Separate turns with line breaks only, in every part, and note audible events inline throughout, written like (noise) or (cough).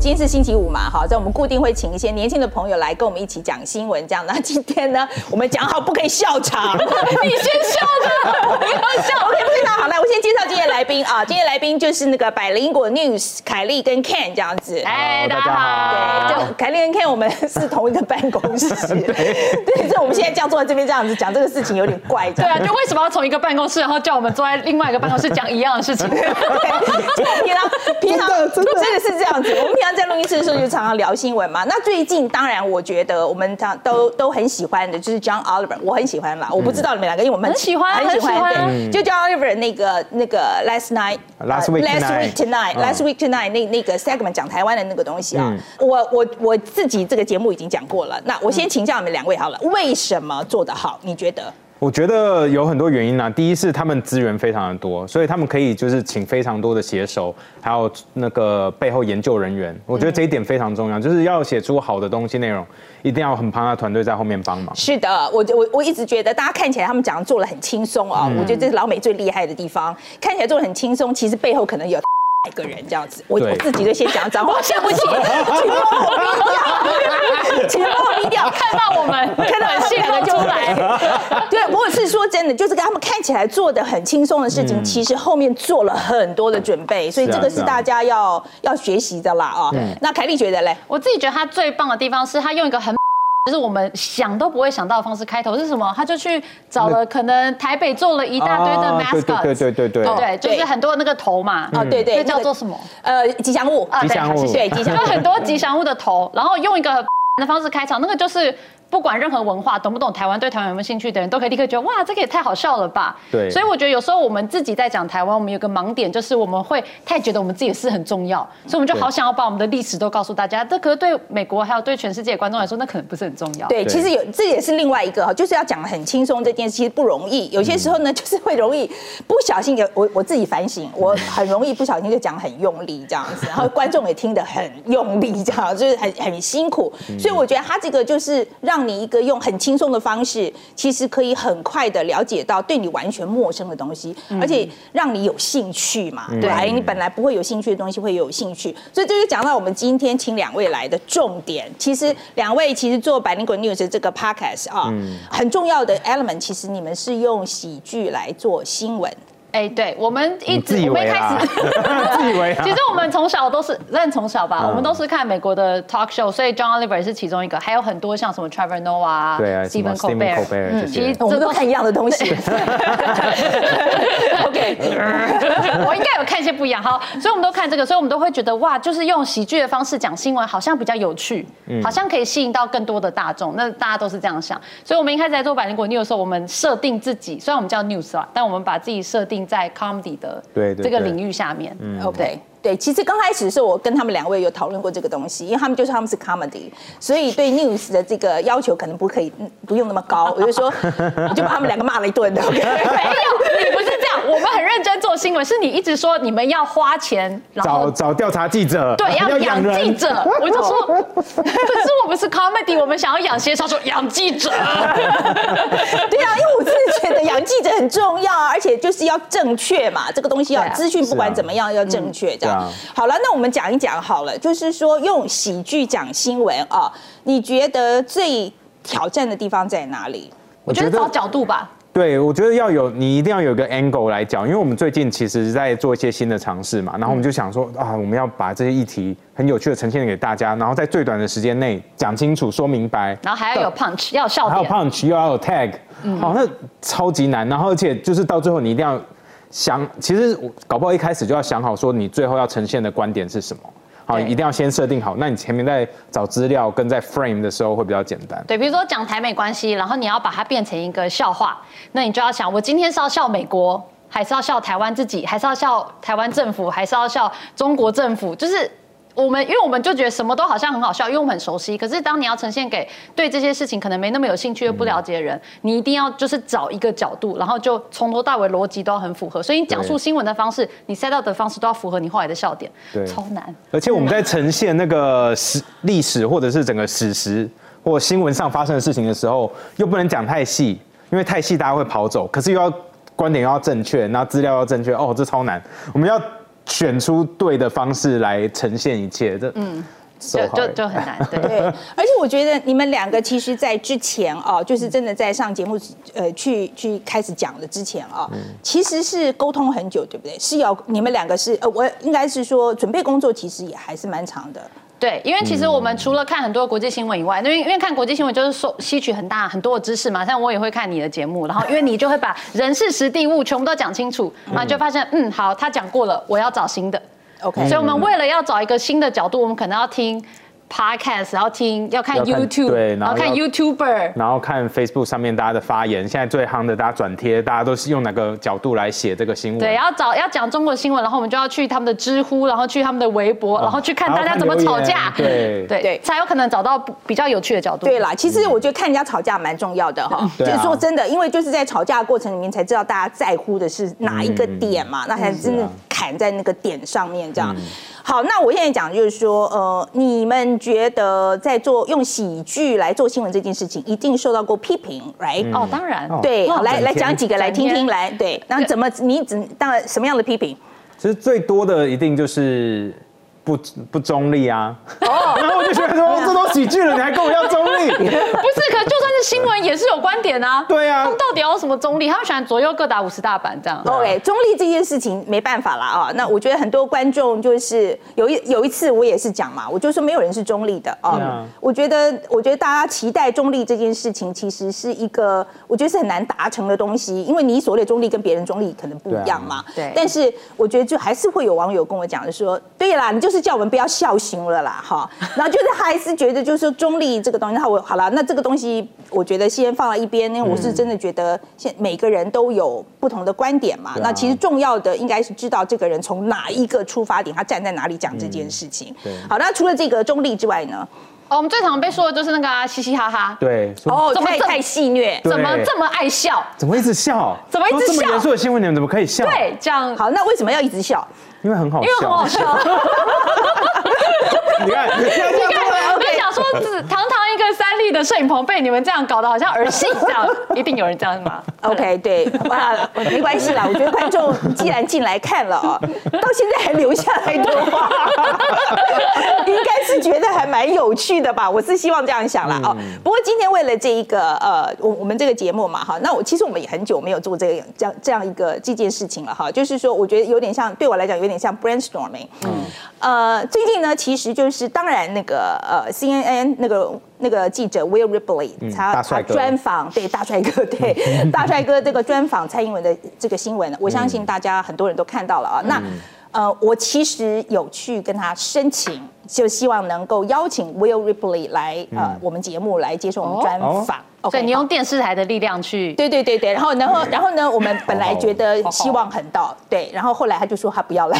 今天是星期五嘛，好，在我们固定会请一些年轻的朋友来跟我们一起讲新闻，这样。那 (laughs) 今天呢，我们讲好不可以笑场，
你先笑着，不要笑。
OK，非常好，来，我先介绍今天来宾啊，今天来宾就是那个百灵果 News 凯莉跟 Ken 这样子。
哎，
大
大
家
家
好
好。
对，就凯莉跟 Ken 我们是同一个办公室，对，所以我们现在这样坐在这边这样子讲这个事情有点怪，这
对
样。
啊，就为什么要从一个办公室，然后叫我们坐在另外一个办公室讲一样的事情？
对，就平常平常真的是这样子。我们平常在录音室的时候就常常聊新闻嘛。那最近当然，我觉得我们常都都很喜欢的就是 John Oliver，我很喜欢啦。我不知道你们两个，因为我们
嗯很喜欢
很喜
很
欢。
喜欢
对，就 John Oliver 那个那个 Last Night。
Last week
last
tonight
week tonight,
嗯
last week tonight 那那个 segment 讲台湾的那个东西啊
嗯，
我我我自己这个节目已经讲过了。那我先请教你们两位好了，为什么做得好？你觉得？
我觉得有很多原因啦、啊第一是他们资源非常的多，所以他们可以就是请非常多的写手，还有那个背后研究人员。我觉得这一点非常重要，就是要写出好的东西内容，一定要很庞大的团队在后面帮忙。
是的，我我我一直觉得大家看起来他们讲得做的很轻松
嗯
啊，我觉得这是老美最厉害的地方，看起来做的很轻松，其实背后可能有。一个人这样子，我
对
我自己就先讲脏
(laughs)
话，对不起，请帮我低调， (laughs) 请帮我低调。
看到我们，
看到
很
他们
兴
两
奋
个
出
就
来。
来，对，不过是说真的，就是跟他们看起来做的很轻松的事情，其实后面做了很多的准备，所以
嗯是啊
这个是
是啊嗯
大家要要学习的啦啊。那凯莉觉得嘞，
我自己觉得他最棒的地方是他用一个很。就是我们想都不会想到的方式开头是什么？他就去找了可能台北做了一大堆的
啊
mascot，
嗯对对对对对对
对，就是很多那个头嘛，
哦对对，
那叫
那个
做什么？
呃，吉祥物
啊
吉祥物
(laughs)
对吉祥
就
物。
很多吉祥物的头，然后用一个 (laughs) 很的方式开场，那个就是不管任何文化，懂不懂台湾，对台湾有没有兴趣的人，都可以立刻觉得哇，这个也太好笑了吧。
对
所以我觉得有时候我们自己在讲台湾，我们有个盲点，就是我们会太觉得我们自己的事很重要，所以我们就好想要把我们的历史都告诉大家。这可是对美国还有对全世界的观众来说，那可能不是很重要。
对，
对
其实有这也是另外一个哈，就是要讲的很轻松这件事，其实不容易。有些时候呢，就是会容易不小心有我我自己反省，我很容易不小心就讲很用力这样子，然后观众也听得很用力这样， (laughs) 就是很很辛苦。所以我觉得他这个就是让你一个用很轻松的方式，其实可以很快的了解到对你完全陌生的东西，而且让你有兴趣嘛。对，你本来不会有兴趣的东西会有兴趣，所以这就讲到我们今天请两位来的重点。其实两位其实做百灵果 news 这个 podcast 啊、很重要的 element，其实你们是用喜剧来做新闻。
哎，对，我们一
你
直
自以
我们一
为
开
啊啦
始。，(laughs)
(laughs) 自以为啦
其实我们从小都是，认从小吧，
嗯
我们都是看美国的 talk show，所以 John Oliver 是其中一个，还有很多像什么 Trevor Noah 啊
(laughs) 对啊
s t
什
e p h
么
e n
Stephen
Colbert，
Colbert 这些
其实
我
这
们都
都
看一样的东西。OK，
(laughs) 我应该有看一些不一样，好，所以我们都看这个，所以我们都会觉得哇，就是用喜剧的方式讲新闻，好像比较有趣，
嗯
好像可以吸引到更多的大众。那大家都是这样想，所以我们一开始在做百灵果 news 的时候，我们设定自己，虽然我们叫 news 啦，但我们把自己设定在 comedy 的
对对
这个
对
领域下面。
OK，对，其实刚开始的时候，我跟他们两位有讨论过这个东西，因为他们就说他们是 comedy，所以对 news 的这个要求可能不可以嗯不用那么高。我就说，我就把他们两个骂了一顿。OK，
没有，你不是这样。我们很认真做新闻，是你一直说你们要花钱，然
找
后
找调查记者，
对要养
人
记者。我就说，可是我们是 comedy，我们想要养些，他说养记者。
对啊，因为我真的觉得养记者很重要啊，而且就是要正确嘛，这个东西要
对啊嗯
资讯不管
是啊
怎么样要正确这样
对啊。
好了，那我们讲一讲好了，就是说用喜剧讲新闻啊，你觉得最挑战的地方在哪里？
我觉得找角度吧，
对，我觉得要有你一定要有一个 angle 来讲，因为我们最近其实在做一些新的尝试嘛，然后
嗯
我们就想说啊，我们要把这些议题很有趣的呈现给大家，然后在最短的时间内讲清楚、说明白，
然后还要有 punch，要有笑
还有
点。嗯
punch 又要有 tag，好、那超级难，然后而且就是到最后你一定要想，其实我搞不好一开始就要想好说你最后要呈现的观点是什么，好，
对
一定要先设定好，那你前面在找资料跟在 frame 的时候会比较简单。
对，比如说讲台美关系，然后你要把它变成一个笑话，那你就要想，我今天是要笑美国，还是要笑台湾自己，还是要笑台湾政府，还是要笑中国政府？就是我们，因为我们就觉得什么都好像很好笑，因为我们很熟悉。可是当你要呈现给对这些事情可能没那么有兴趣又不了解的人，你一定要就是找一个角度，然后就从头到尾逻辑都要很符合。所以你讲述
对
新闻的方式，你塞到的方式都要符合你后来的笑点，
对
超难。
而且我们在呈现那个史历史或者是整个史实或新闻上发生的事情的时候，又不能讲太细，因为太细大家会跑走。可是又要观点又要正确，然后资料要正确，哦，这超难。我们要选出对的方式来呈现一切，这嗯，
就
so
就
hard
就很难。对，
对，而且我觉得你们两个其实，在之前哦，就是真的在上节目，呃，去去开始讲的之前啊、
嗯
其实是沟通很久，对不对？是要你们两个是呃，我应该是说准备工作其实也还是蛮长的，
对，因为其实我
嗯
们除了看很多国际新闻以外，因为因为看国际新闻就是收吸取很大很多的知识嘛，像我也会看你的节目，然后因为你就会把人事实地物全部都讲清楚，然后你就发现嗯好，他讲过了，我要找新的。
OK
所以我们为了要找一个新的角度，我们可能要听 podcast，然后听要看
要看
YouTube，
对然
然
后
后看
要嗯
YouTuber。
然后看 Facebook 上面大家的发言，现在最夯的大家转贴，大家都是用哪个角度来写这个新闻？
对，要找要讲中国新闻，然后我们就要去他们的知乎，然后去他们的微博，然后去看大家怎么吵架，
哦还要看留言对
对，才有可能找到比较有趣的角度。
对啦，其实我觉得看人家吵架蛮重要的哈。
对
就
啊
是说真的，因为就是在吵架的过程里面才知道大家在乎的是哪一个点嘛，那才真
是
的
啊
砍在那个点上面这样。
嗯
好，那我现在讲就是说，呃，你们觉得在做用喜剧来做新闻这件事情，一定受到过批
嗯
评，right？、
哦，当然，
哦
对，
哇
好来
整
来
天
讲几个来
整天
听听来，对，那怎么你怎当然什么样的批评？
其实最多的一定就是不不中立啊。
哦
(laughs) 然后我就觉得
啊
说，这都喜剧了，你还跟我要中立？
不是，可就算是新闻也是有观点啊。
对啊
他们到底要有什么中立？他们喜欢左右各打五十大板这样。
OK，中立这件事情没办法啦啊。那我觉得很多观众就是有一有一次我也是讲嘛，我就说没有人是中立的啊。
对啊
我觉得我觉得大家期待中立这件事情，其实是一个我觉得是很难达成的东西，因为你所谓的中立跟别人中立可能不一样嘛。
对啊对
但是我觉得就还是会有网友跟我讲的说，对啦，你就是叫我们不要笑行了啦哈。然后就是还是觉得就是说中立这个东西，那我好了，那这个东西我觉得先放在一边，因为我是真的觉得现每个人都有不同的观点嘛。
对啊
那其实重要的应该是知道这个人从哪一个出发点，他站在哪里讲这件事情。
对
好，那除了这个中立之外呢？
哦，我们最常被说的就是那个啊，嘻嘻哈哈，
对，说
哦，
怎么
太
这
太戏虐。
对
怎么这么爱笑？
怎么一直笑？
怎么一直
说这么
笑
严肃的新闻，你们怎么可以笑？
对，这样，
好，那为什么要一直笑？
因为很好
因为很好
笑。
笑。
(laughs)
(laughs) 你
你看，你看啊
看，我就想说，只堂堂一个三立的摄影棚被你们这样搞得好像儿戏这
(laughs)
样，一定有人这样骂。
(laughs) OK，对，哇，没关系啦。我觉得观众既然进来看了啊、 (laughs) 到现在还留下来的话， (laughs) 应该是觉得还蛮有趣的吧。我是希望这样想啦哦。
嗯
不过今天为了这一个呃，我我们这个节目嘛哈，那我其实我们也很久没有做这个这样这样一个这件事情了哈。就是说，我觉得有点像对我来讲有点像 brainstorming。呃，
嗯
最近呢，其实就是当然那个呃 CNN 那个那个记者 Will Ripley，他、
嗯大
他
帅哥
专访对大帅哥，对大帅哥这个专访蔡英文的这个新闻，我相信大家很多人都看到了啊。那呃，我其实有去跟他申请，就希望能够邀请 Will Ripley 来呃我们节目来接受我们
哦
专访。OK，
所以你
好
用电视台的力量去，
对对对对，然后然后然后呢，我们本来觉得希望很到对，然后后来他就说他不要来。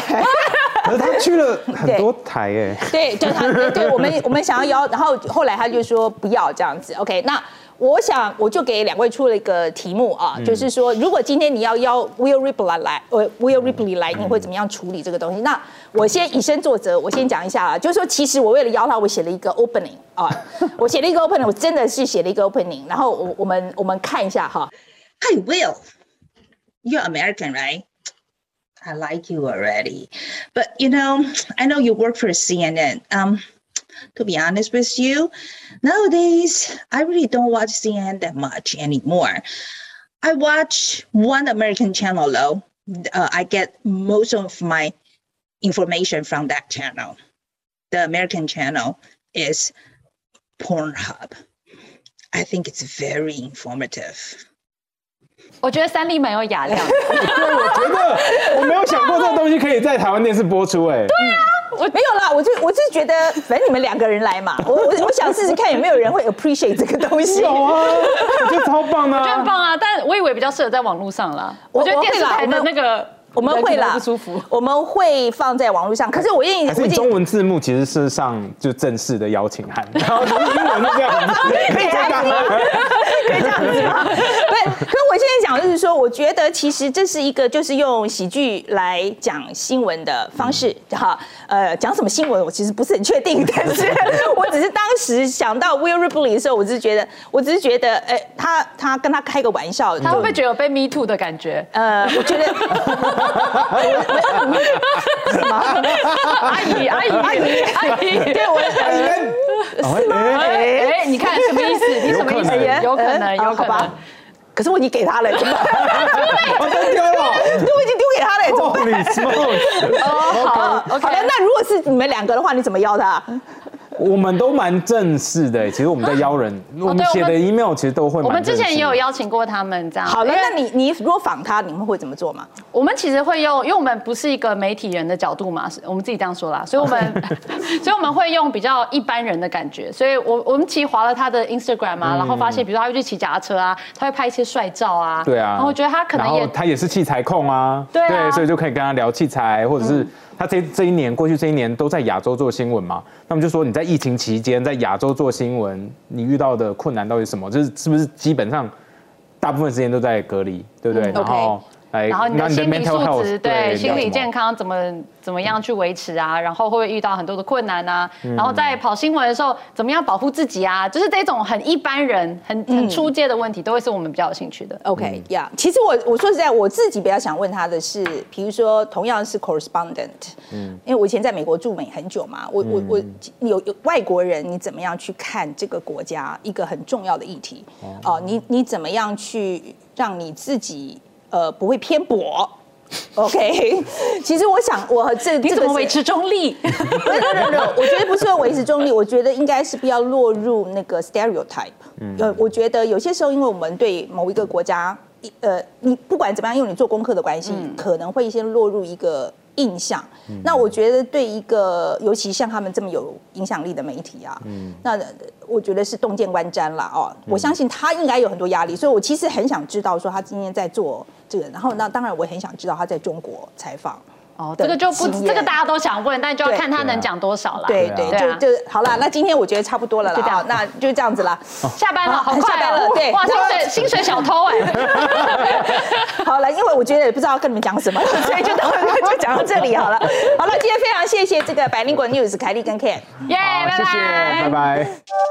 可是他去了很多台
(laughs)
哎。
对，就他，对对我们我们想要邀，然后后来他就说不要这样子。OK，那我想我就给两位出了一个题目啊，就是说如果今天你要邀 Will Ripley 来，呃 Will Ripley 来，你会怎么样处理这个东西？那我先以身作则，我先讲一下啊，就是说其实我为了邀他，我写了一个 opening 啊，我写了一个 opening，我真的是写了一个 opening，然后我我们我们看一下哈。
I will. You're American, right? I like you already. But you know, I know you work for CNN. Um, to be honest with you, nowadays I really don't watch CNN that much anymore. I watch one American channel though. Uh, I get most of my information from that channel. The American channel is Pornhub. I think it's very informative.
我觉得三立蛮有雅量的。
对，我觉得我没有想过这个东西可以在台湾电视播出哎。
我没有啦，我就我就觉得，反正你们两个人来嘛，我我我想试试看有没有人会 appreciate 这个东西。
有啊，我觉得超棒的
我觉得很
啊。
棒啊，但我以为比较适合在网络上啦。
我
我觉得
我会
电视
啦
台
我们
的那个
我们会啦，
不舒服。
我们会放在网络上。可是我愿意，
还是
我
你
已
中
经
文字幕其实是上就正式的邀
(laughs)
请函，然后英文是这样子，可以
可以这样子吗？可以这样子吗？对，可我现在讲就是说，我觉得其实这是一个就是用喜剧来讲新闻的方式哈。呃，讲什么新闻我其实不是很确定，但是我只是当时想到 Will Ripley 的时候，我只是觉得，我只是觉得，哎、他他跟他开个玩笑，
他会不会觉得有被 me too 的感觉？
呃，我觉得什么
阿姨，阿姨，阿姨，阿姨，
对我呃
是吗？
哎哎，你看什么意思？你什么意思？有可能，有可
哎好吧
能。
可是我已经给他了，怎么办？
我哦真
(laughs)
丢了
对，我已经丢给他了，怎么办？
！Holy smokes！
哦好
哦好的，
，OK。
那如果是你们两个的话，你怎么邀他？
我们都蛮正式的，欸其实我们在邀人，我们
哦对
写
我
的
们
email 其实都会蛮
我们之前
正式
也有
的
邀请过他们这样。
(laughs) 好了，
因为
那你你如果访他，你们会怎么做吗？
我们其实会用，因为我们不是一个媒体人的角度嘛，是
(laughs)
我们自己这样说啦，所以我们，所以我们会用比较一般人的感觉，所以我我们其实划了他的 Instagram
嗯
啊，然后发现，比如说他会去骑脚踏车啊，他会拍一些帅照啊，
对啊，
然后我觉得他可能
然后
也
他也是器材控啊，
对啊嗯
所以就可以跟他聊器材，或者是他这这一年过去这一年都在亚洲做新闻嘛，那么就说你在疫情期间在亚洲做新闻，你遇到的困难到底是什么？就是是不是基本上大部分时间都在隔离，对不对？然后来，
嗯然后你的心理
mental
素
health，
质，对心理健
康，
康怎么怎么样去维持啊？然后会不会遇到很多的困难啊？然后在跑新闻的时候，怎么样保护自己啊？就是这种很一般人、很
嗯
很出街的问题，都会是我们比较有兴趣的。
OK，呀、其实我我说实在，我自己比较想问他的是，比如说同样是 correspondent，嗯，因为我以前在美国驻美很久嘛，我、我我你有有外国人，你怎么样去看这个国家一个很重要的议题？哦、你你怎么样去让你自己呃不会偏颇？OK，其 (laughs) 实我想我这
你
这
怎
个
么
是
维持中立？
没有没有没有，我觉得不是要维持中立，我觉得应该是不要落入那个 stereotype。呃，我觉得有些时候，因为我们对某一个国家，一呃，你不管怎么样，因为你做功课的关系，可能会先落入一个印象。那我觉得对一个，尤其像他们这么有影响力的媒体啊，那呃我觉得是洞见观瞻啦。哦。我相信他应该有很多压力，所以我其实很想知道说他今天在做这个，然后那当然我也很想知道他在中国采访。
哦，这个就不，
经验
这个大家都想问，但就要
对
看他能讲多少啦。
对
对啊
对，
对啊
就就好啦。那今天我觉得差不多了啦，
就这样
哦那就这样
(laughs)
子啦。
下班了，
好
好快哦
啊下班了对
哇，薪水薪水小偷 (laughs) 哎，
好了，因为我觉得也不知道跟你们讲什么，所以就到 (laughs) 就讲到这里好了。好了，今天非常谢谢这个百灵果 news 凯莉跟 Ken。
耶，
好，
哎拜
谢谢，
拜
拜。拜。